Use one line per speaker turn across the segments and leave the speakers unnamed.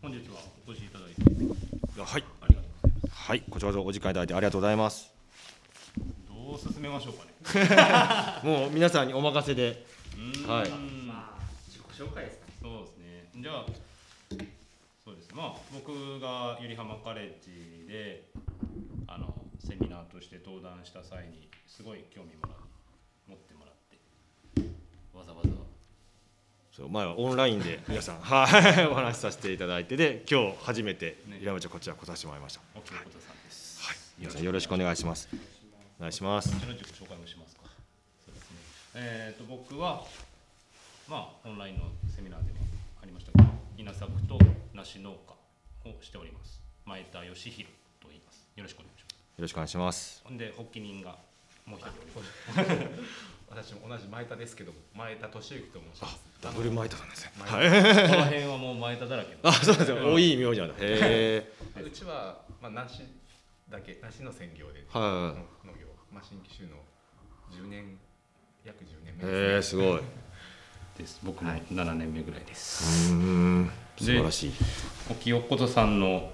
本日はお越しいただいて
はい、
ありがとうございます
はい、こちらこそお時間いただいてありがとうございます。
どう進めましょうかね
もう皆さんにお任せで、
うーん
はい
まあ自己紹介ですかね
そうですねじゃあそうですまあ僕がゆりはまカレッジであのセミナーとして登壇した際にすごい興味もらう持ってもらってわざわざ
そう前はオンラインで皆さん、はい、 お話しさせていただいてで、今日初めて
ね
平山町こちら来させてもらいました。
沖野ことさんです
皆さんよろしくお願いします。お願いします
こ。ちらの自己紹介をしますか。そうですね。えっ、と僕はまあオンラインのセミナーでもありましたけど、稲作と梨農家をしております。前田義弘と言います。よろしくお願いしま
よろしくお願いします。
す。ほんで発起人がもう一人おります。
私も同じ前田ですけど前田俊之と申します
ダブルマイトなんですね。
この辺はもう前田だらけの。
あ、そうですよ。多い名字なんだ。へえ。
うちは、まあ、梨だけ梨の専業で、
は
農業、まあ、新規収納10年約10年
い。
目
へえ、
ですす、ね
ごい。う
です。僕も7年目ぐらいです。
ーん、素晴らしい。
沖よっことさんの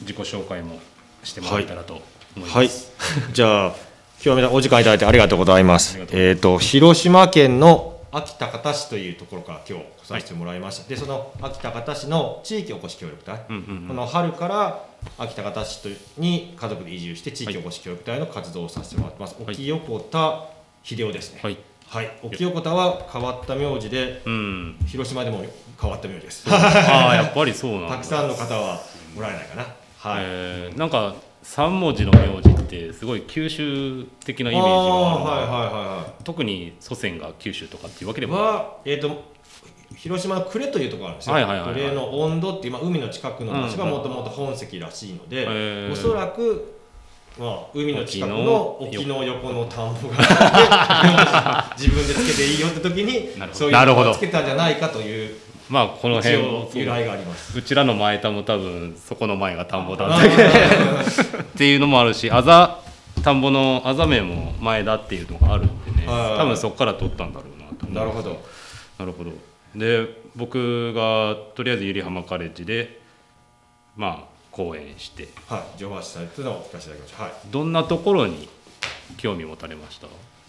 自己紹介もしてもらえたらと思います。
はい。じゃあ、今日は皆さんお時間いただいてありがとうございま
あ
す
りが。とうご
えっ、と、広島県の安芸高田市というところから今日来させてもらいました。で、その安芸高田市の地域おこし協力隊、
うんうんうん
この春から安芸高田市とに家族で移住して地域おこし協力隊の活動をさせてもらってま
い
す。沖横田秀夫ですね。
はい。
はい。沖横田は変わった名字で、
うん。
広島でも変わった名字です。
ああやっぱりそうなんだ。
たくさんの方はおられないかな。はい。
えーなんか3文字の名字ってすごい九州的なイメージがある
あーはいはいはいはい。
特に祖先が九州とかっていうわけでもない
は、えー、と広島の呉というところがあるんですよ、
はいはいはいはい
呉の温度っていう、まあ、海の近くの場所がもともと本籍らしいので、
うんうん
おそらく、まあ、海の近くの
沖
沖
の
の横の田んぼがあって自分でつけていいよって時に
なるほど
そういう
なるほ
の
ど
をつけたんじゃないかという
まあこの
一
辺
応由来があります。
うちらの前田も多分そこの前が田んぼだ
あ
っ
ー
たっていうのもあるしあざ田んぼのあざ名も前田っていうのがあるんでね
はいはいはい
多分そこから取ったんだろうなと思う
なるほど
なるほどで僕がとりあえずゆりはまカレッジでまあ講演して
はい、上橋さんというのをお聞かせいただきました。はい
どんなところに興味持たれました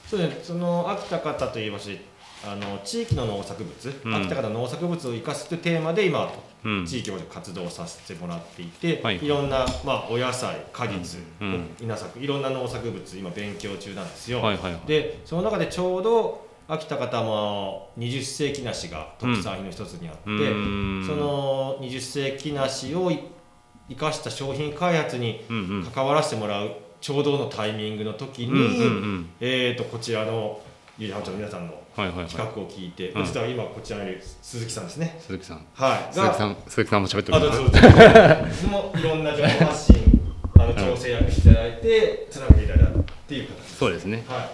そうですね、その秋田方といいましてあの地域の農作物、
うん
秋田方の農作物を生かすというテーマで今、
うん
地域で活動させてもらっていて、
はい
い、ろんな、まあ、お野菜果実、
うんうん
稲作いろんな農作物今勉強中なんですよ、
はいはいはい
でその中でちょうど秋田方も20世紀梨が特産品の一つにあって、
うん
その20世紀梨をい生かした商品開発に
うんうん
関わらせてもらうちょうどのタイミングの時に、
うんうんうん
えー、とこちらのゆりはまちゃんの皆さんの
はいはいはい
企画を聞いて、
うん
実は今こちらにいる鈴木さんですね。
鈴木さん
はい、
鈴木さ
ん
ん鈴木さんも喋って
あ
く
ど
れ
う
ま
ぞ
す
ど うぞでもいろんな情報発信あの調整役していただいてつなげていただいたっていう形
そうですね
はい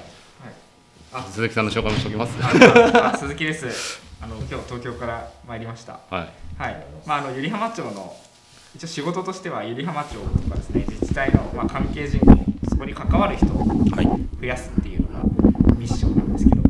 鈴木さんの紹介もしておきます
ああ鈴木です。あの今日東京から参りました。
はい
はい。まああのゆりはま町の一応仕事としてはゆりはま町とかですね自治体のまあ関係人口そこに関わる人を
はい
増やすっていうのがミッションなんですけども、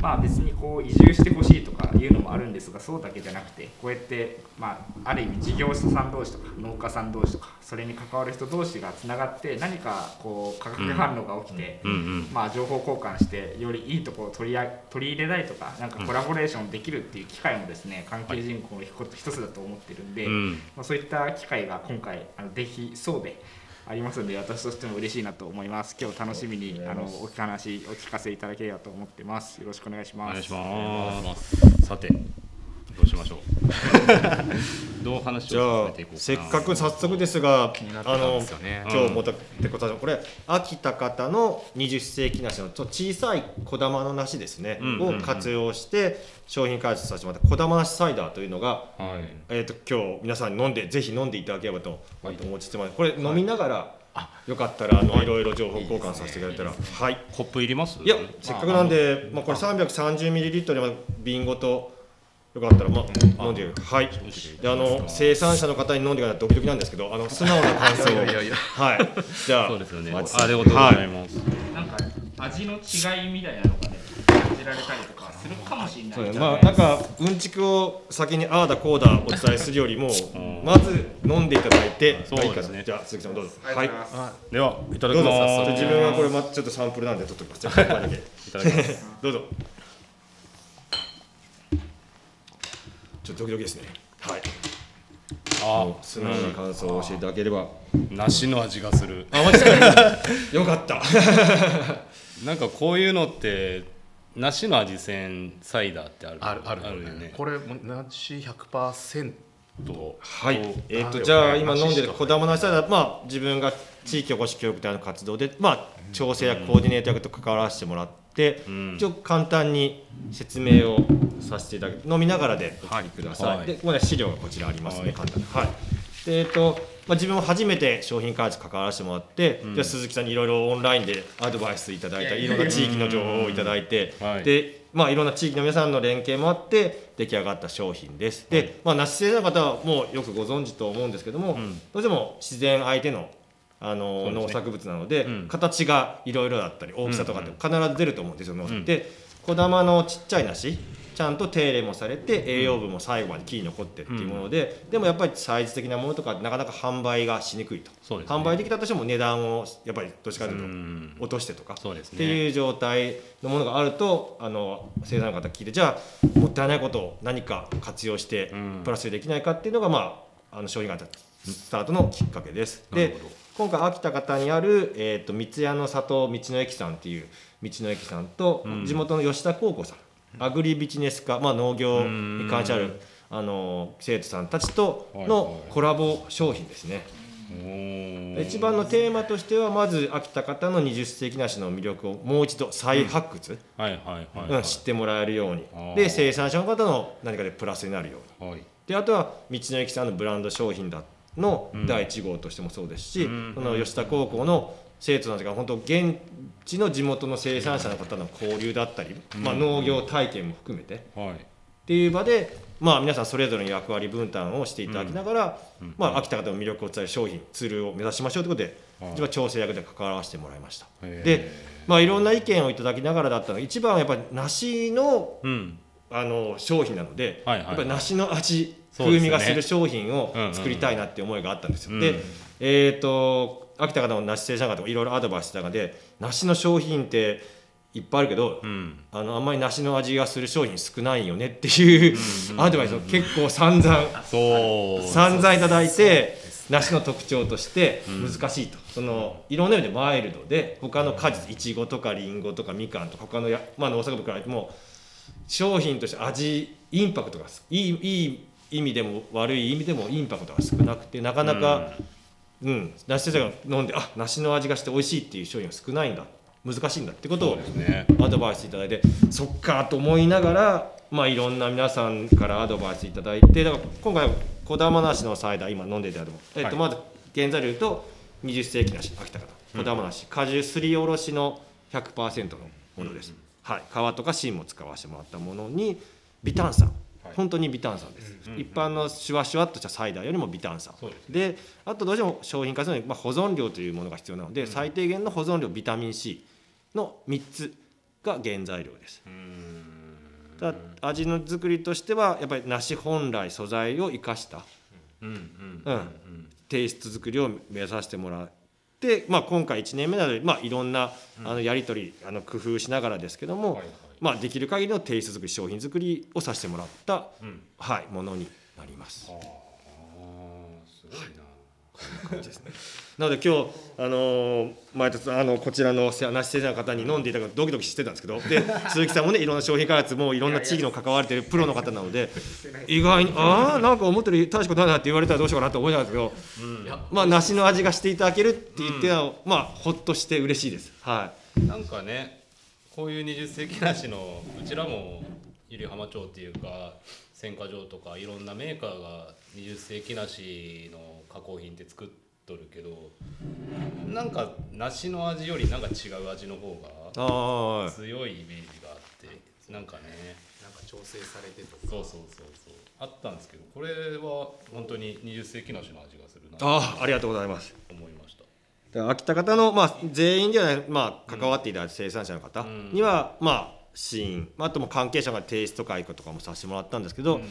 まあ別にこう移住してほしいとかいうのもあるんですが、そうだけじゃなくてこうやってまあある意味事業者さん同士とか農家さん同士とかそれに関わる人同士がつながって何かこう化学反応が起きて。
うんうん
まあ、情報交換してよりいいところを取りあ取り入れたいとかなんかコラボレーションできるっていう機会もですね関係人口の一つ一つだと思ってるんで、
うん
まあ、そういった機会が今回あのできそうでありますので私としても嬉しいなと思います今日楽しみにあのお話お聞かせいただければと思ってますよろしくお願いし
お
ます
願いしますさてどうしましょ うどう話
じ
を進
ゃあ
めていこうかな
せっかく早速ですが、
になってた
あ
ん
の
ですよね
今日持ってってこたこれ秋田方の20世紀梨のちょっと小さい小玉の梨ですね、
うんうんうん
を活用して商品開発させてもらった小玉梨サイダーというのが、
はい
えー、と今日皆さんに飲んでぜひ飲んでいただければとお持ちしてもらってこれ飲みながら、よかったらあのいろいろ情報交換させていただいたらはい。
コップいります
いや、せっかくなんで、まあ、これ330ミリリットルの瓶ごと。よかったら、まあ、飲んでください。はい。で、あの、生産者の方に飲んでください、ドキドキなんですけど、あの、素直な感想を。
いやいやいや
はい。じゃあ。
そうですよね
松さん
ありがとうござい
は
ます
なんか味の違いみたいなのがね感じられたりとかするかもしれない
そう
じ
だ
ゃい
ねまあなんかうんちくを先にああだこうだお伝えするよりもまず飲んでいただいて
そう
いいか
です
な
ね
じゃあ鈴木さんどうぞ
ありがとうございます
ではいただき
どう
ま
ぞじゃあ
す
自分はこれまちょっとサンプルなんで取っときますじゃあこれだけ
いただきます
どうぞちょっとドキドキですねはい
あ
素直な感想を教えていただければ
梨の味がする
あマジかよかった
なんかこういうのって梨の味せんサイダーってある
あるある
あるよね
これも梨100%
はい
こう、
えっ、と
あ
じゃあ
よく
今
ない
飲んでるこだまの人はまあ自分が地域おこし協力隊の活動でまあ調整やコーディネート役と関わらせてもらって、
ん
一応簡単に説明をさせていただく飲みながらでお聞きください。
はい
でここには資料がこちらありますね、
はい
簡単に。はい。でえっ、と。まあ、自分も初めて商品開発関わらせてもらって、じゃあ鈴木さんにいろいろオンラインでアドバイスいただいたりいろんな地域の情報をいただいて、
はい
で、まあ、いろんな地域の皆さんの連携もあって出来上がった商品です。で、まあ、梨製の方はもうよくご存知と思うんですけども、
ん
どうしても自然相手のあ
そうで
の、
すね
農作物なので、
うん
形がいろいろだったり大きさとかって
うん
必ず出ると思うんですよ。農作
うん
で小玉のちっちゃい梨ちゃんと手入れもされて栄養分も最後まで木に残ってっていうもので、でもやっぱりサイズ的なものとかなかなか販売がしにくいと、
そうですね
販売できたとしても値段をやっぱりどっちかという
う
と
ん
落としてとか、
そうですね
っていう状態のものがあるとあの生産の方聞いてじゃあもったいないことを何か活用して
うん
プラスにできないかっていうのが、まあ、あの商品型スタートのきっかけです。で今回秋田方にある、えー、と三ツ矢の里道の駅さんっていう道の駅さんと、
うん
地元の吉田高校さんアグリビジネス科、まあ、農業に関してあ
う
るあの生徒さんたちと
はい
の
はい
コラボ商品ですね。
おー
一番のテーマとしてはまず秋田方の20世紀梨の魅力をもう一度再発掘、
はいはいはい
うん
はい
知ってもらえるように
あー
で生産者の方の何かでプラスになるように
はい
であとは道の駅さんのブランド商品だの
うん
第1号としてもそうですし、
うん
その吉田高校の生徒たちが本当現地の地元の生産者の方の交流だったり、まあ、農業体験も含めてっ
はい
ていう場で、まあ、皆さんそれぞれの役割分担をしていただきながら、
うん
まあ、秋田方の魅力を伝える商品ツールを目指しましょうということで、
はい
一番調整役で関わらせてもらいました。
へー
で、まあ、いろんな意見をいただきながらだったのが一番はやっぱり梨の
うん
あの商品なので、
はいはいはい
やっぱり梨の味、
そうです
風味
よね
がする商品を
うんうんうん
作りたいなっていう思いがあったんですよ。
うん
で、えっ、と秋田方の梨生産方もいろいろアドバイスした中で梨の商品っていっぱいあるけど、
うん
あのあんまり梨の味がする商品少ないよねっていうアドバイスを結構散々
そう
散々いただいて梨の特徴として難しいと、そのいろんな意味でマイルドで他の果実いちごとかりんごとかみかんとか他のや、まあ、農作物からも商品として味インパクトがいいいい意味でも悪い意味でもインパクトが少なくてなかなか、うん梨先生が飲んであ梨の味がして美味しいっていう商品は少ないんだ難しいんだってこ
そ
と
う
を
ですね
アドバイスいただいてそっかと思いながら、まあ、いろんな皆さんからアドバイスいただいてだから今回小玉梨のサイダー今飲んでいただいても、えっと、
は
まず原材料と20世紀梨秋田方小玉梨、果汁すりおろしの100%のものです、はい、皮とか芯も使わせてもらったものに微炭酸、
はい
本当に微炭酸です、一般のシュワシュワっとしたサイダーよりも微炭酸
そうです
であとどうしても商品化するのに、まあ、保存量というものが必要なので、最低限の保存量ビタミン C の3つが原材料ですただ味の作りとしてはやっぱり梨本来素材を生かした、
うんうん
うんテイスト作りを目指してもらって、まあ、今回1年目なので、まあ、いろんなあのやり取りあの工夫しながらですけど
は
も、
いはい
まあ、できる限りのテイスト作り商品作りをさせてもらった、
うん
はい、ものになります。
あーすごいな
なので今日あのー前田さんあのこちらのせ梨先生の方に飲んでいただくドキドキしてたんですけどで鈴木さんもねいろんな商品開発もいろんな地域の関われてるプロの方なので意外にああなんか思ってる大したことないなって言われたらどうしようかなと思いなんですけど、まあ梨の味がしていただけるって言っては、まあほっとして嬉しいです。はい。
なんかねこういう二十世紀梨のうちらも百合浜町っていうか選果場とかいろんなメーカーが二十世紀梨の加工品って作っとるけどなんか梨の味よりなんか違う味の方
ああ
が強いイメージがあってなんかね
なんか調整されてと
そうそうそうそうあったんですけどこれは本当に二十世紀梨の味がするなと
ああありがとうございます。
思いました
だから秋田方の、まあ、全員ではない、まあ、関わっていた生産者の方には、まあ、シーン、まあ、あともう関係者がテイスト会とかもさせてもらったんですけど、
うん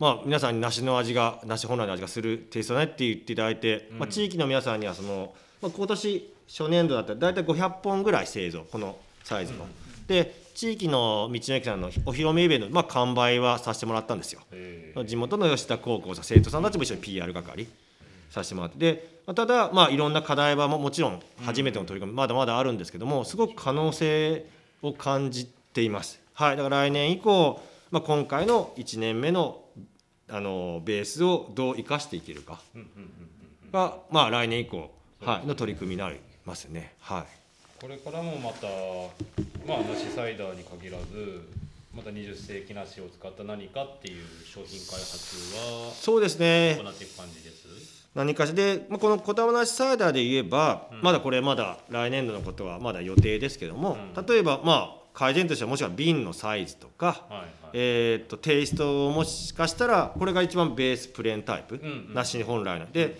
まあ、皆さんに梨の味が梨本来の味がするテイストだねって言っていただいて、
うん
まあ、地域の皆さんにはその、まあ、今年初年度だったら大体500本ぐらい製造このサイズの。で地域の道の駅さんのお披露目イベント、まあ、完売はさせてもらったんですよ。
え
地元の吉田高校さん生徒さんたちも一緒に PR 係させてもらってでまあただまあいろんな課題はももちろん初めての取り組みまだまだあるんですけどもすごく可能性を感じています。はい、だから来年以降、まあ、今回の1年目のあのベースをどう生かしていけるか
うんうんうんうん
が、まあ、来年以降、はい、の取り組みになりますね。はい
これからもまた、まあ、梨サイダーに限らずまた20世紀梨を使った何かっていう商品開発は
そうですね
行っていく感じです
何かしで、まあ、このこだわなしサイダーで言えば、
うん
まだこれまだ来年度のことはまだ予定ですけども、
うん
例えばまあ改善としてはもしくは瓶のサイズとか、
はいはい、
えー、とテイストをもしかしたらこれが一番ベースプレーンタイプ、
んうん
梨本来ので、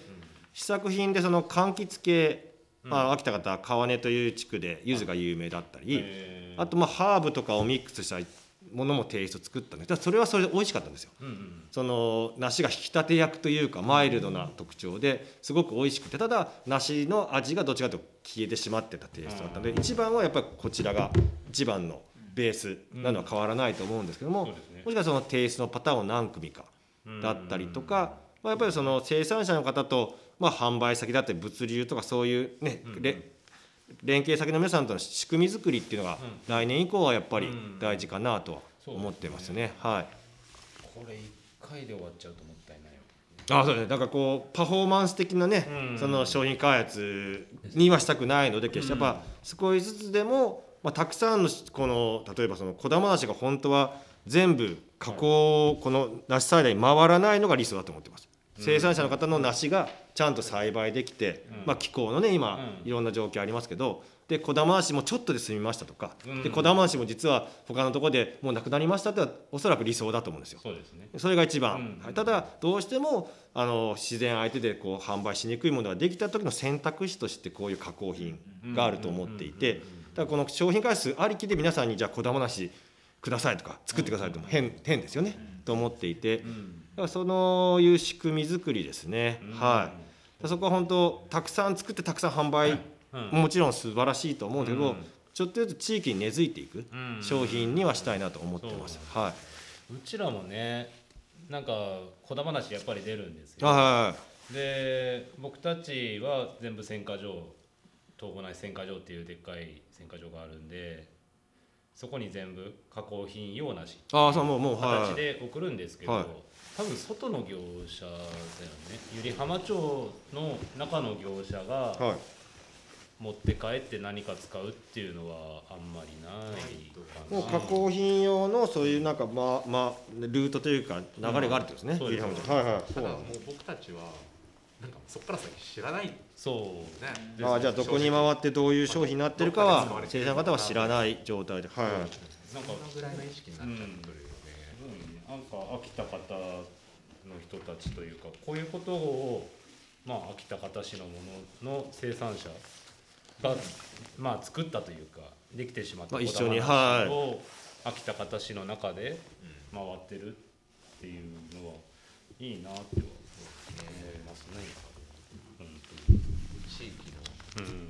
試作品でその柑橘系、まあ、秋田方川根という地区で柚子が有名だったり、
えー
あとまあハーブとかをミックスしたものもテイスト作ったんですだからそれはそれで美味しかったんですよ。
うんうん
その梨が引き立て役というかマイルドな特徴ですごく美味しくてただ梨の味がどっちかというと消えてしまってたテイストだったので一番はやっぱりこちらが一番のベースなのは変わらないと思うんですけども
うん
も
そうですね
しかしたらそのテイストのパターンを何組か
うん
だったりとか、まあ、やっぱりその生産者の方と、まあ、販売先だったり物流とかそういう、ね
うんうん
れ連携先の皆さんとの仕組み作りっていうのが
う
来年以降はやっぱり
うん
大事かなとは思ってますね。はい
これ一回で終わっちゃうともったいないよ
あそうですね、なんかこうパフォーマンス的なね、
うん
その商品開発にはしたくないので決してやっぱ少しずつでも、まあ、たくさんのこの例えばその小玉梨が本当は全部加工、この梨栽培に回らないのが理想だと思ってます。生産者の方の梨がちゃんと栽培できて、
うん
まあ、気候のね今、
うん
いろんな状況ありますけどで小玉梨もちょっとで済みましたとか、
うん
で小玉梨も実は他のところでもうなくなりましたってのはおそらく理想だと思うんですよ。
そうですね
それが一番、
うん
はいただどうしてもあの自然相手でこう販売しにくいものができた時の選択肢としてこういう加工品があると思ってい
うんう
て
んうんうん
だからこの商品回数ありきで皆さんにじゃあこだまなしくださいとか作ってくださいとも変変ですよねと思っていてだ
うん
からそのいう仕組み作りですね
うん
はい。だからそこは本当たくさん作ってたくさん販売
うん
ももちろん素晴らしいと思うけ
う
ど
ん
ちょっとずつ地域に根付いていく
うん
商品にはしたいなと思ってます。は
うちらもねなんかこだ話やっぱり出るんです
い、
よ
は
で僕たちは全部選果場東郷内選果場っていうでっかい選果場があるんでそこに全部加工品用なし
い、ああそうもうもうはい
形で送るんですけど、
はい
多分外の業者だよね百合浜町の中の業者が
はい
持って帰って何か使うっていうのはあんまりない
もう
かな
加工品用のそういうなんかまあまあルートというか流れがあるってことですね。
そうです
ユリハムちゃんはいはい。そ
た
う
だ
なん
もう僕たちはなんかそこから先知らないね
そう
だああじゃあどこに回ってどういう商品になってるか
どっか
は
で使われて
生
る
産の方は知らない状態で。はいはい。
なんか
そのぐらいの意識になっちゃってるよね、
なんか秋田方の人たちというかこういうことを、まあ、秋田方市のものの生産者が、まあ、作ったというかできてしまった
まあ
こだ
一緒に
話
はい
を秋田方市の中で回ってるっていうのはいいなっては思いますね。
地域の
本当にうん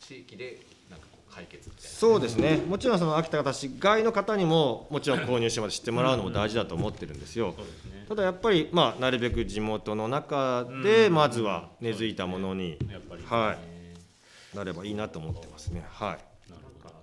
地域でなんかこう解決みたいな
そうですね。もちろんその秋田方市外の方にももちろん購入してまで知ってもらうのも大事だと思ってるんですよ
そ。うですね
ただやっぱりまあなるべく地元の中でまずは根付いたものに
やっぱりね、
はなればいいなと思ってますね。はい。
なるほど